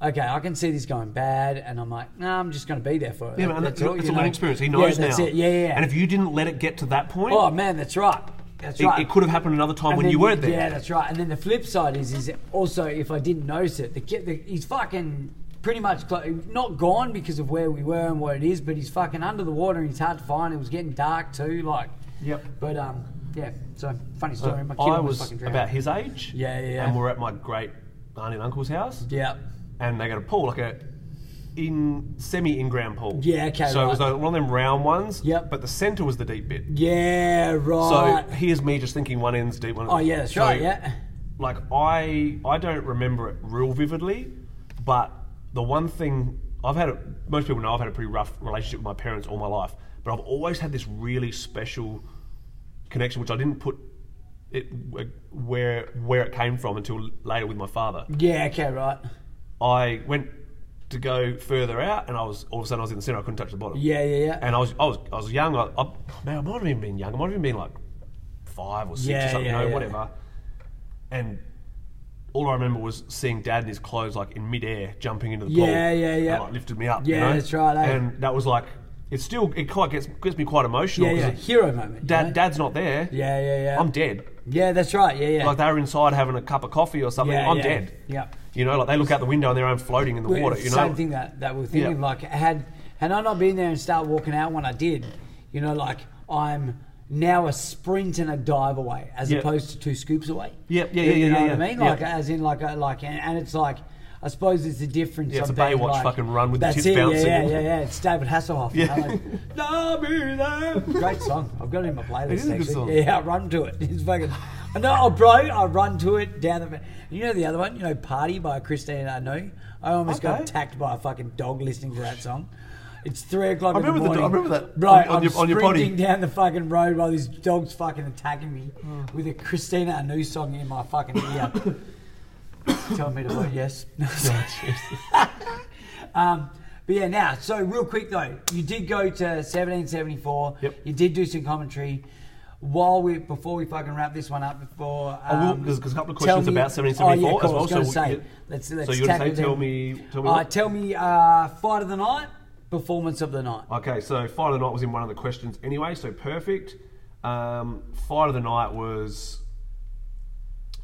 Speaker 1: okay, I can see this going bad, and I'm like, no, I'm just going to be there for it.
Speaker 2: Yeah, man, that's,
Speaker 1: all,
Speaker 2: it's
Speaker 1: you
Speaker 2: a
Speaker 1: know.
Speaker 2: learning experience. He knows
Speaker 1: yeah, that's
Speaker 2: now.
Speaker 1: It. Yeah, yeah, yeah.
Speaker 2: And if you didn't let it get to that point,
Speaker 1: oh man, that's right. That's
Speaker 2: it,
Speaker 1: right.
Speaker 2: it could have happened another time
Speaker 1: And
Speaker 2: when
Speaker 1: then-
Speaker 2: you weren't there.
Speaker 1: Yeah, that's right. And then the flip side is, is also if I didn't notice it, the kid, the, he's fucking pretty much clo- not gone because of where we were and what it is, but he's fucking under the water and he's hard to find. It was getting dark too, like.
Speaker 2: Yep.
Speaker 1: But um, yeah. So funny story. My kid
Speaker 2: Uh, I
Speaker 1: almost
Speaker 2: was
Speaker 1: fucking drowned.
Speaker 2: about his age.
Speaker 1: Yeah, yeah, yeah.
Speaker 2: And we're at my great aunt and uncle's house,
Speaker 1: Yeah.
Speaker 2: and they got a pool, like a in semi in ground pool.
Speaker 1: Yeah, okay,
Speaker 2: So it was
Speaker 1: right.
Speaker 2: like one of them round ones.
Speaker 1: Yep.
Speaker 2: But the centre was the deep bit.
Speaker 1: Yeah. Right.
Speaker 2: So here's me just thinking one end's deep, one.
Speaker 1: oh yeah, that's
Speaker 2: So,
Speaker 1: right. Yeah.
Speaker 2: Like I, I don't remember it real vividly, but the one thing I've had, a, most people know I've had a pretty rough relationship with my parents all my life, but I've always had this really special connection, which I didn't put it where where it came from until later with my father.
Speaker 1: Yeah. Okay. Right.
Speaker 2: I went to go further out, and I was all of a sudden I was in the center. I couldn't touch the bottom.
Speaker 1: Yeah. Yeah. Yeah.
Speaker 2: And I was, I was, I was young. I, I, man, I might have even been young. I might have even been like five or six
Speaker 1: Yeah,
Speaker 2: or something.
Speaker 1: yeah,
Speaker 2: no,
Speaker 1: yeah.
Speaker 2: whatever. And all I remember was seeing Dad in his clothes, like in midair, jumping into the pool.
Speaker 1: Yeah, yeah, yeah.
Speaker 2: And, like, lifted me up. you
Speaker 1: Yeah,
Speaker 2: know?
Speaker 1: that's right, eh?
Speaker 2: And that was like, it still, it quite gets gets me quite emotional.
Speaker 1: yeah.
Speaker 2: 'cause
Speaker 1: Yeah.
Speaker 2: it-
Speaker 1: Hero moment. you
Speaker 2: Dad,
Speaker 1: know?
Speaker 2: Dad's not there.
Speaker 1: Yeah. Yeah. Yeah.
Speaker 2: I'm dead.
Speaker 1: yeah. That's right. Yeah. Yeah.
Speaker 2: Like they were inside having a cup of coffee or something.
Speaker 1: yeah,
Speaker 2: I'm
Speaker 1: yeah.
Speaker 2: dead.
Speaker 1: Yeah.
Speaker 2: You know, like they look out the window and they're own floating in the
Speaker 1: Well,
Speaker 2: water.
Speaker 1: it's
Speaker 2: You
Speaker 1: the
Speaker 2: know,
Speaker 1: same thing that, that we were thinking.
Speaker 2: Yeah.
Speaker 1: Like, had had I not been there and started walking out when I did, you know, like I'm now a sprint and a dive away as
Speaker 2: Yeah.
Speaker 1: opposed to two scoops away.
Speaker 2: Yep, yeah,
Speaker 1: You-
Speaker 2: yeah, yeah,
Speaker 1: You know
Speaker 2: yeah,
Speaker 1: what
Speaker 2: yeah.
Speaker 1: I mean? Like,
Speaker 2: Yeah.
Speaker 1: as in, like, a, like, and, and it's like. I suppose it's the difference.
Speaker 2: Yeah, it's
Speaker 1: of
Speaker 2: a
Speaker 1: being
Speaker 2: Baywatch
Speaker 1: like-
Speaker 2: fucking run with the
Speaker 1: that's
Speaker 2: tits
Speaker 1: it,
Speaker 2: bouncing.
Speaker 1: Yeah, yeah, yeah, yeah. It's David Hasselhoff. you
Speaker 2: Yeah.
Speaker 1: know, like, "Love me there." Great song. I've got it in my playlist.
Speaker 2: It is a good
Speaker 1: actually.
Speaker 2: song.
Speaker 1: Yeah, I run to it. It's fucking. I know, oh, bro, I run to it down the. You know the other one, you know, "Party" by Christine Arnoux. I almost got
Speaker 2: Okay.
Speaker 1: attacked by a fucking dog listening to that song. It's three o'clock.
Speaker 2: I
Speaker 1: in
Speaker 2: remember the
Speaker 1: the
Speaker 2: do- I
Speaker 1: morning.
Speaker 2: remember that
Speaker 1: bro.
Speaker 2: on- on
Speaker 1: I'm
Speaker 2: your- on your potty.
Speaker 1: sprinting down the fucking road while this dog's fucking attacking me
Speaker 2: Hmm.
Speaker 1: with a Christina Arnoux song in my fucking ear, telling me to vote yes. Um, but yeah, now, so real quick though, you did go to 1774.
Speaker 2: Yep.
Speaker 1: You did do some commentary. While we, before we fucking wrap this one up, before
Speaker 2: I will-
Speaker 1: um,
Speaker 2: there's, there's a couple of
Speaker 1: tell
Speaker 2: questions
Speaker 1: me-
Speaker 2: about
Speaker 1: oh, yeah, cool,
Speaker 2: 1774 as well.
Speaker 1: I was gonna
Speaker 2: so
Speaker 1: say,
Speaker 2: you-
Speaker 1: let's let's
Speaker 2: so you're gonna
Speaker 1: tackle
Speaker 2: say, tell
Speaker 1: them.
Speaker 2: me, tell me.
Speaker 1: Uh,
Speaker 2: what?
Speaker 1: tell me, uh, fight of the night, performance of the night.
Speaker 2: okay, so fight of the night was in one of the questions anyway. So perfect. Um, fight of the night was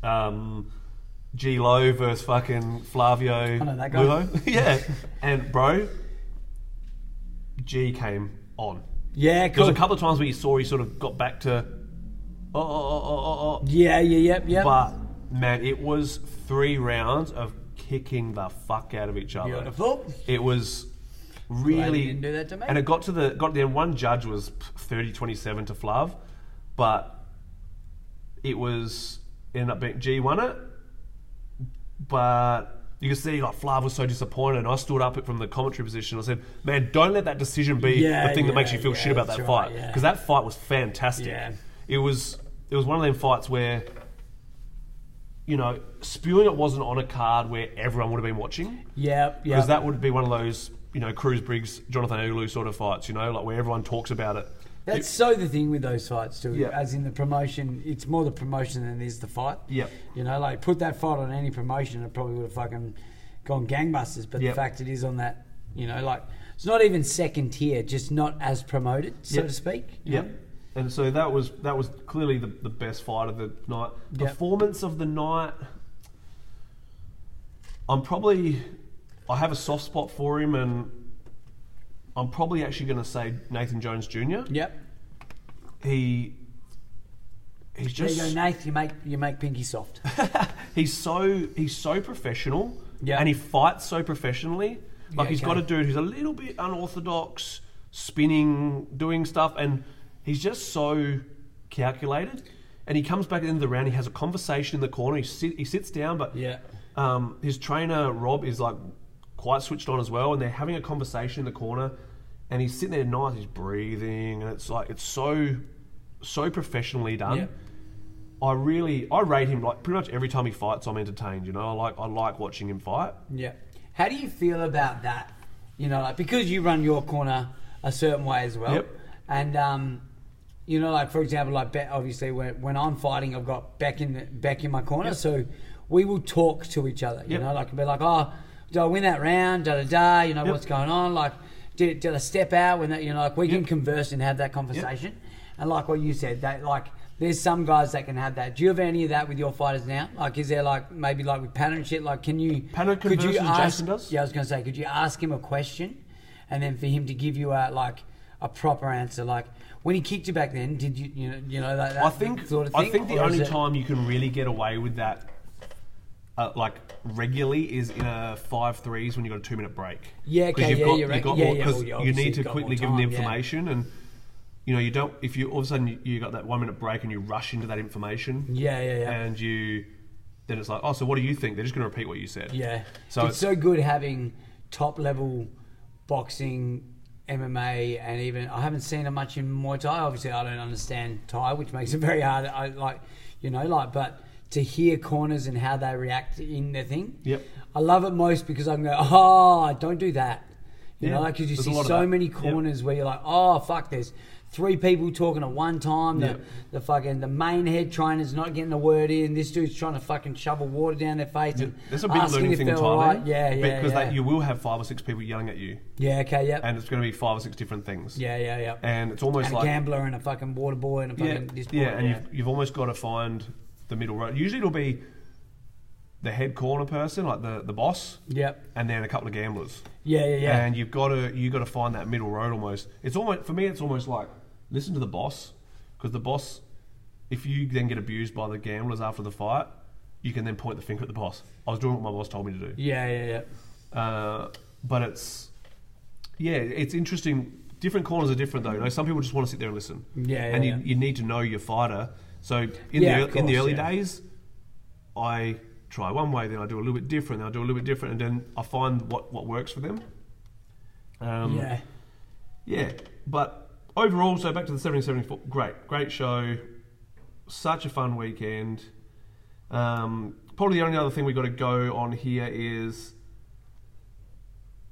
Speaker 2: um, G Lo versus fucking Flavio
Speaker 1: know that guy.
Speaker 2: Lulo. yeah, and bro, G came on.
Speaker 1: Yeah,
Speaker 2: There
Speaker 1: cool.
Speaker 2: was a couple of times where you saw he sort of got back to, oh, oh, oh, oh, oh, oh.
Speaker 1: yeah, yeah, yep, yep.
Speaker 2: But man, it was three rounds of kicking the fuck out of each other.
Speaker 1: Beautiful.
Speaker 2: It was
Speaker 1: Glad
Speaker 2: really
Speaker 1: you didn't do that to me.
Speaker 2: and it got to the got there. One judge was 30-27 to Flav, but it was ended up being G won it, but you can see like Flav was so disappointed. And I stood up from the commentary position. I said, "Man, don't let that decision be
Speaker 1: Yeah,
Speaker 2: the thing that
Speaker 1: yeah,
Speaker 2: makes you feel
Speaker 1: yeah,
Speaker 2: shit about
Speaker 1: that's
Speaker 2: that
Speaker 1: right,
Speaker 2: fight
Speaker 1: yeah.
Speaker 2: because that fight was fantastic.
Speaker 1: Yeah.
Speaker 2: It was it was one of them fights where." You know, spewing it wasn't on a card where everyone would have been watching.
Speaker 1: Yep, yep.
Speaker 2: Because that would be one of those, you know, Cruz Briggs, Jonathan Ulu sort of fights, you know, like where everyone talks about it.
Speaker 1: That's so the thing with those fights too.
Speaker 2: Yeah.
Speaker 1: As in the promotion, it's more the promotion than it is the fight.
Speaker 2: Yeah.
Speaker 1: You know, like put that fight on any promotion, it probably would have fucking gone gangbusters. But
Speaker 2: Yeah.
Speaker 1: the fact it is on that, you know, like it's not even second tier, just not as promoted, so
Speaker 2: Yeah.
Speaker 1: to speak. you
Speaker 2: Yep.
Speaker 1: know?
Speaker 2: And so that was that was clearly the, the best fight of the night.
Speaker 1: Yep.
Speaker 2: Performance of the night. I'm probably I have a soft spot for him and I'm probably actually gonna say Nathan Jones Jr.
Speaker 1: Yep.
Speaker 2: He he's
Speaker 1: There
Speaker 2: just
Speaker 1: you go, Nath. You make you make Pinky soft.
Speaker 2: he's so he's so professional
Speaker 1: Yeah.
Speaker 2: and he fights so professionally like
Speaker 1: Yeah,
Speaker 2: he's
Speaker 1: okay.
Speaker 2: got a dude who's a little bit unorthodox spinning doing stuff and he's just so calculated and he comes back at the end of the round he has a conversation in the corner he, sit, he sits down but
Speaker 1: Yeah.
Speaker 2: um, his trainer rob is like quite switched on as well and they're having a conversation in the corner and he's sitting there nice he's breathing and it's like it's so so professionally done
Speaker 1: Yeah.
Speaker 2: I really I rate him like pretty much every time he fights I'm entertained, you know. I like I like watching him fight.
Speaker 1: Yeah. How do you feel about that? You know, like because you run your corner a certain way as well,
Speaker 2: Yep.
Speaker 1: and um, you know, like for example, like Beck, obviously when, when I'm fighting, I've got Beck in Beck in my corner, so we will talk to each other. You
Speaker 2: Yep.
Speaker 1: know, like be like, oh, did I win that round? Da da da. You know
Speaker 2: Yep.
Speaker 1: what's going on? Like, did did I step out when that? You know, like we can
Speaker 2: Yep.
Speaker 1: converse and have that conversation. And like what you said, that like there's some guys that can have that. Do you have any of that with your fighters now? Like, is there like maybe like with Pan and shit? Like, can you
Speaker 2: Panna
Speaker 1: could you
Speaker 2: converses
Speaker 1: ask,
Speaker 2: Jason does?
Speaker 1: Yeah, I was going to say, could you ask him a question, and then for him to give you a like a proper answer, like when he kicked you back then, did you you know you know that, that
Speaker 2: I think
Speaker 1: sort of thing?
Speaker 2: I think the
Speaker 1: or is
Speaker 2: only
Speaker 1: it-
Speaker 2: time you can really get away with that uh, like regularly is in a five threes when you've got a two minute break.
Speaker 1: Yeah, okay,
Speaker 2: 'Cause you've
Speaker 1: yeah,
Speaker 2: got,
Speaker 1: you're right.
Speaker 2: you've got
Speaker 1: Yeah,
Speaker 2: more
Speaker 1: yeah,
Speaker 2: because
Speaker 1: well, you
Speaker 2: you
Speaker 1: obviously
Speaker 2: need to
Speaker 1: got more
Speaker 2: quickly give them the
Speaker 1: time, yeah.
Speaker 2: information and you know you don't if you all of a sudden you, you got that one minute break and you rush into that information.
Speaker 1: Yeah, yeah, yeah.
Speaker 2: And you then it's like oh so what do you think? They're just going to repeat what you said.
Speaker 1: Yeah,
Speaker 2: So
Speaker 1: it's,
Speaker 2: it's-
Speaker 1: so good having top level boxing, MMA, and even I haven't seen it much in Muay Thai. Obviously, I don't understand Thai, which makes it very hard. I like, you know, like, but to hear corners and how they react in their thing.
Speaker 2: Yep.
Speaker 1: I love it most because I can go, oh, don't do that. You
Speaker 2: Yeah,
Speaker 1: know, like 'cause you
Speaker 2: there's a
Speaker 1: see
Speaker 2: lot of
Speaker 1: so
Speaker 2: that.
Speaker 1: many
Speaker 2: Yep.
Speaker 1: corners where you're like, oh fuck, there's three people talking at one time. The,
Speaker 2: Yep.
Speaker 1: the fucking the main head trainer's not getting the word in. This dude's trying to fucking shovel water down their face. and
Speaker 2: That's a big
Speaker 1: asking
Speaker 2: learning
Speaker 1: if
Speaker 2: thing in
Speaker 1: they're all
Speaker 2: Thailand.
Speaker 1: right. Yeah, yeah,
Speaker 2: Because
Speaker 1: yeah.
Speaker 2: That you will have five or six people yelling at you,
Speaker 1: yeah, okay, yeah,
Speaker 2: and it's going to be five or six different things.
Speaker 1: yeah, yeah, yeah.
Speaker 2: And it's almost
Speaker 1: And a
Speaker 2: like
Speaker 1: gambler and a fucking water boy and a
Speaker 2: yeah,
Speaker 1: fucking this boy.
Speaker 2: yeah, and you've you've almost got to find the middle road. Usually it'll be the head corner person, like the the boss,
Speaker 1: Yep.
Speaker 2: and then a couple of gamblers.
Speaker 1: Yeah, yeah, yeah.
Speaker 2: And you've got to you got to find that middle road almost. It's almost for me. It's almost like listen to the boss because the boss, if you then get abused by the gamblers after the fight, you can then point the finger at the boss. I was doing what my boss told me to do.
Speaker 1: yeah, yeah, yeah.
Speaker 2: Uh, but it's yeah, it's interesting. Different corners are different though. You know, some people just want to sit there and listen.
Speaker 1: Yeah, yeah,
Speaker 2: and you,
Speaker 1: yeah.
Speaker 2: you need to know your fighter. So in
Speaker 1: Yeah,
Speaker 2: the
Speaker 1: of
Speaker 2: ear- in the
Speaker 1: course,
Speaker 2: early
Speaker 1: yeah.
Speaker 2: days, I try one way, then I do a little bit different, then I do a little bit different, and then I find what what works for them. Um,
Speaker 1: yeah.
Speaker 2: yeah, but overall, so back to the 1774. Great, great show. Such a fun weekend. Um, probably the only other thing we got to go on here is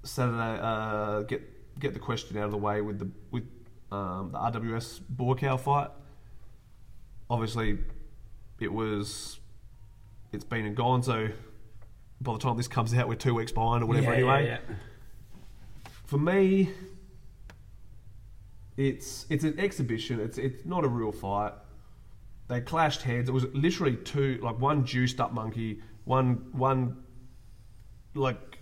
Speaker 2: Saturday. Uh, get get the question out of the way with the with um, the RWS Borkow fight. Obviously, it was it's been and gone. So by the time this comes out, we're two weeks behind or whatever.
Speaker 1: yeah,
Speaker 2: anyway,
Speaker 1: yeah, yeah.
Speaker 2: for me, it's it's an exhibition. It's it's not a real fight. They clashed heads. It was literally two, like one juiced up monkey, one one, like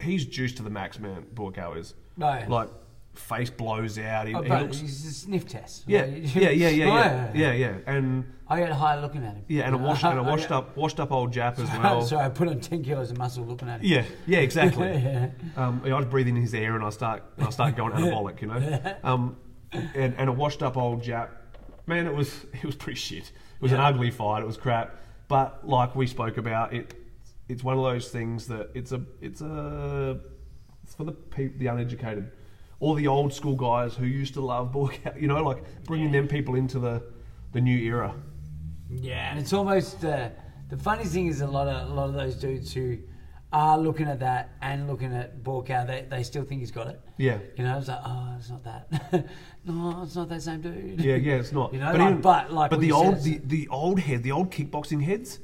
Speaker 2: he's juiced to the max, man. Borkow is
Speaker 1: No.
Speaker 2: like face blows out. He,
Speaker 1: Oh,
Speaker 2: he
Speaker 1: but
Speaker 2: looks,
Speaker 1: he's a sniff test.
Speaker 2: yeah,
Speaker 1: Like,
Speaker 2: yeah, yeah, yeah,
Speaker 1: Oh,
Speaker 2: yeah, yeah, yeah, and
Speaker 1: I get high looking at him.
Speaker 2: yeah, and a washed and a washed up washed up old Jap as well.
Speaker 1: Sorry, I put on ten kilos of muscle looking at him.
Speaker 2: Yeah, yeah, exactly.
Speaker 1: Yeah.
Speaker 2: Um, I was breathing in his air, and I start, and I start going anabolic, you know. Um, and, and a washed-up old Jap, man, it was, it was pretty shit. It was an ugly fight. It was crap. But like we spoke about, it, it's one of those things that it's a it's a it's for the peop the uneducated or the old school guys who used to love boy Scout, you know like bringing them people into the the new era
Speaker 1: Yeah, and it's almost uh, the funniest thing is a lot of a lot of those dudes who are looking at that and looking at Borkow, they they still think he's got it.
Speaker 2: Yeah.
Speaker 1: you know, it's like oh, it's not that. no, it's not that same dude.
Speaker 2: yeah yeah it's not
Speaker 1: You know, like- but, like,
Speaker 2: but
Speaker 1: we
Speaker 2: the old
Speaker 1: said-
Speaker 2: the, the old head the old kickboxing heads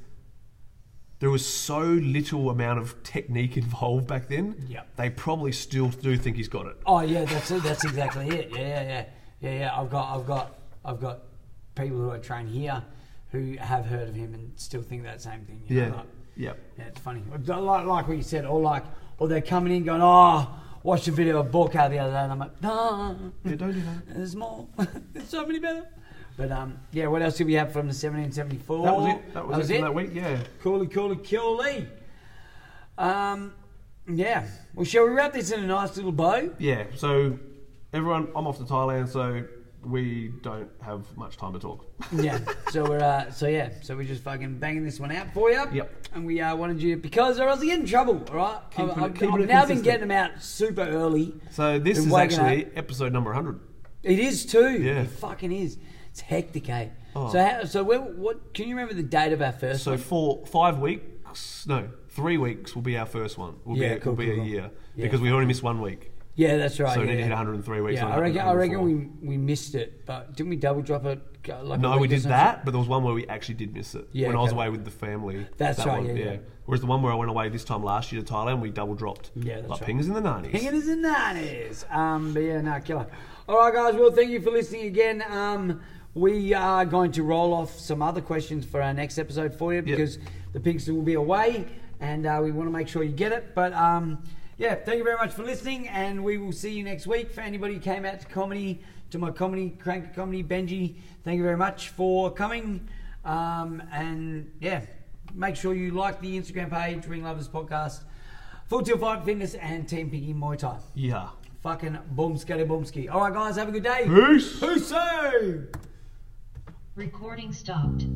Speaker 2: there was so little amount of technique involved back then
Speaker 1: Yep.
Speaker 2: they probably still do think he's got it
Speaker 1: Oh yeah, that's it. That's exactly it. Yeah, yeah, yeah, yeah, yeah. I've got, I've got, I've got people who I train here who have heard of him and still think that same thing. you know,
Speaker 2: yeah
Speaker 1: like-
Speaker 2: yeah
Speaker 1: yeah, it's funny. Like, like what you said, or like, or they're coming in going, oh, watched a video of Borkow the other day, and I'm like, no,
Speaker 2: yeah don't do that
Speaker 1: there's more. there's so many better. But um, yeah, what else did we have from the 1774?
Speaker 2: that was it that was, it, for that week yeah
Speaker 1: Coolie, coolie, coolie. Um, yeah. Well, shall we wrap this in a nice little bow?
Speaker 2: Yeah, so everyone, I'm off to Thailand, so we don't have much time to talk.
Speaker 1: yeah. So we're uh, so yeah. So we're just fucking banging this one out for you.
Speaker 2: Yep.
Speaker 1: And we uh, wanted you because or else you get in trouble. All right.
Speaker 2: Keeping
Speaker 1: I've,
Speaker 2: it-
Speaker 1: I've,
Speaker 2: keeping
Speaker 1: I've
Speaker 2: it
Speaker 1: now been
Speaker 2: consistent.
Speaker 1: getting them out super early.
Speaker 2: So this
Speaker 1: Been
Speaker 2: is
Speaker 1: waking
Speaker 2: actually
Speaker 1: up.
Speaker 2: episode number 100.
Speaker 1: It is too.
Speaker 2: Yeah.
Speaker 1: It fucking is. It's hectic, eh?
Speaker 2: Oh.
Speaker 1: So how, so where, what? Can you remember the date of our first?
Speaker 2: So
Speaker 1: one?
Speaker 2: for five weeks, no, three weeks will be our first one. Will
Speaker 1: Yeah,
Speaker 2: be,
Speaker 1: cool,
Speaker 2: will be
Speaker 1: cool,
Speaker 2: a
Speaker 1: cool.
Speaker 2: year
Speaker 1: Yeah.
Speaker 2: because we only missed one week.
Speaker 1: Yeah, that's right.
Speaker 2: So we
Speaker 1: yeah,
Speaker 2: need to hit
Speaker 1: yeah.
Speaker 2: 103 weeks.
Speaker 1: Yeah,
Speaker 2: on
Speaker 1: I reckon. I
Speaker 2: 104.
Speaker 1: reckon we we missed it, but didn't we double drop it? uh, Like a
Speaker 2: No,
Speaker 1: week
Speaker 2: we
Speaker 1: or
Speaker 2: did
Speaker 1: something?
Speaker 2: that, but there was one where we actually did miss it.
Speaker 1: Yeah,
Speaker 2: when I was
Speaker 1: okay.
Speaker 2: away with the family.
Speaker 1: That's
Speaker 2: that
Speaker 1: right,
Speaker 2: one,
Speaker 1: yeah, yeah.
Speaker 2: Whereas the one where I went away this time last year to Thailand, we double dropped.
Speaker 1: Yeah, that's
Speaker 2: like
Speaker 1: right.
Speaker 2: pingers in the 90s.
Speaker 1: Ping it is in nineties. Um, but yeah, no, killer. All right, guys. Well, thank you for listening again. Um, we are going to roll off some other questions for our next episode for you because the Pinkster will be away, and uh, we want to make sure you get it. But um, yeah, thank you very much for listening, and we will see you next week. For anybody who came out to comedy, to my comedy crank comedy, Benji, thank you very much for coming. Um, and yeah, make sure you like the Instagram page, Ring Lovers Podcast. Full Tilt Fight Fitness and Team Piggy Muay Thai.
Speaker 2: Yeah.
Speaker 1: Fucking boom scatty boomski. All right, guys, have a good day.
Speaker 2: Peace.
Speaker 1: Peace out.
Speaker 4: Recording stopped.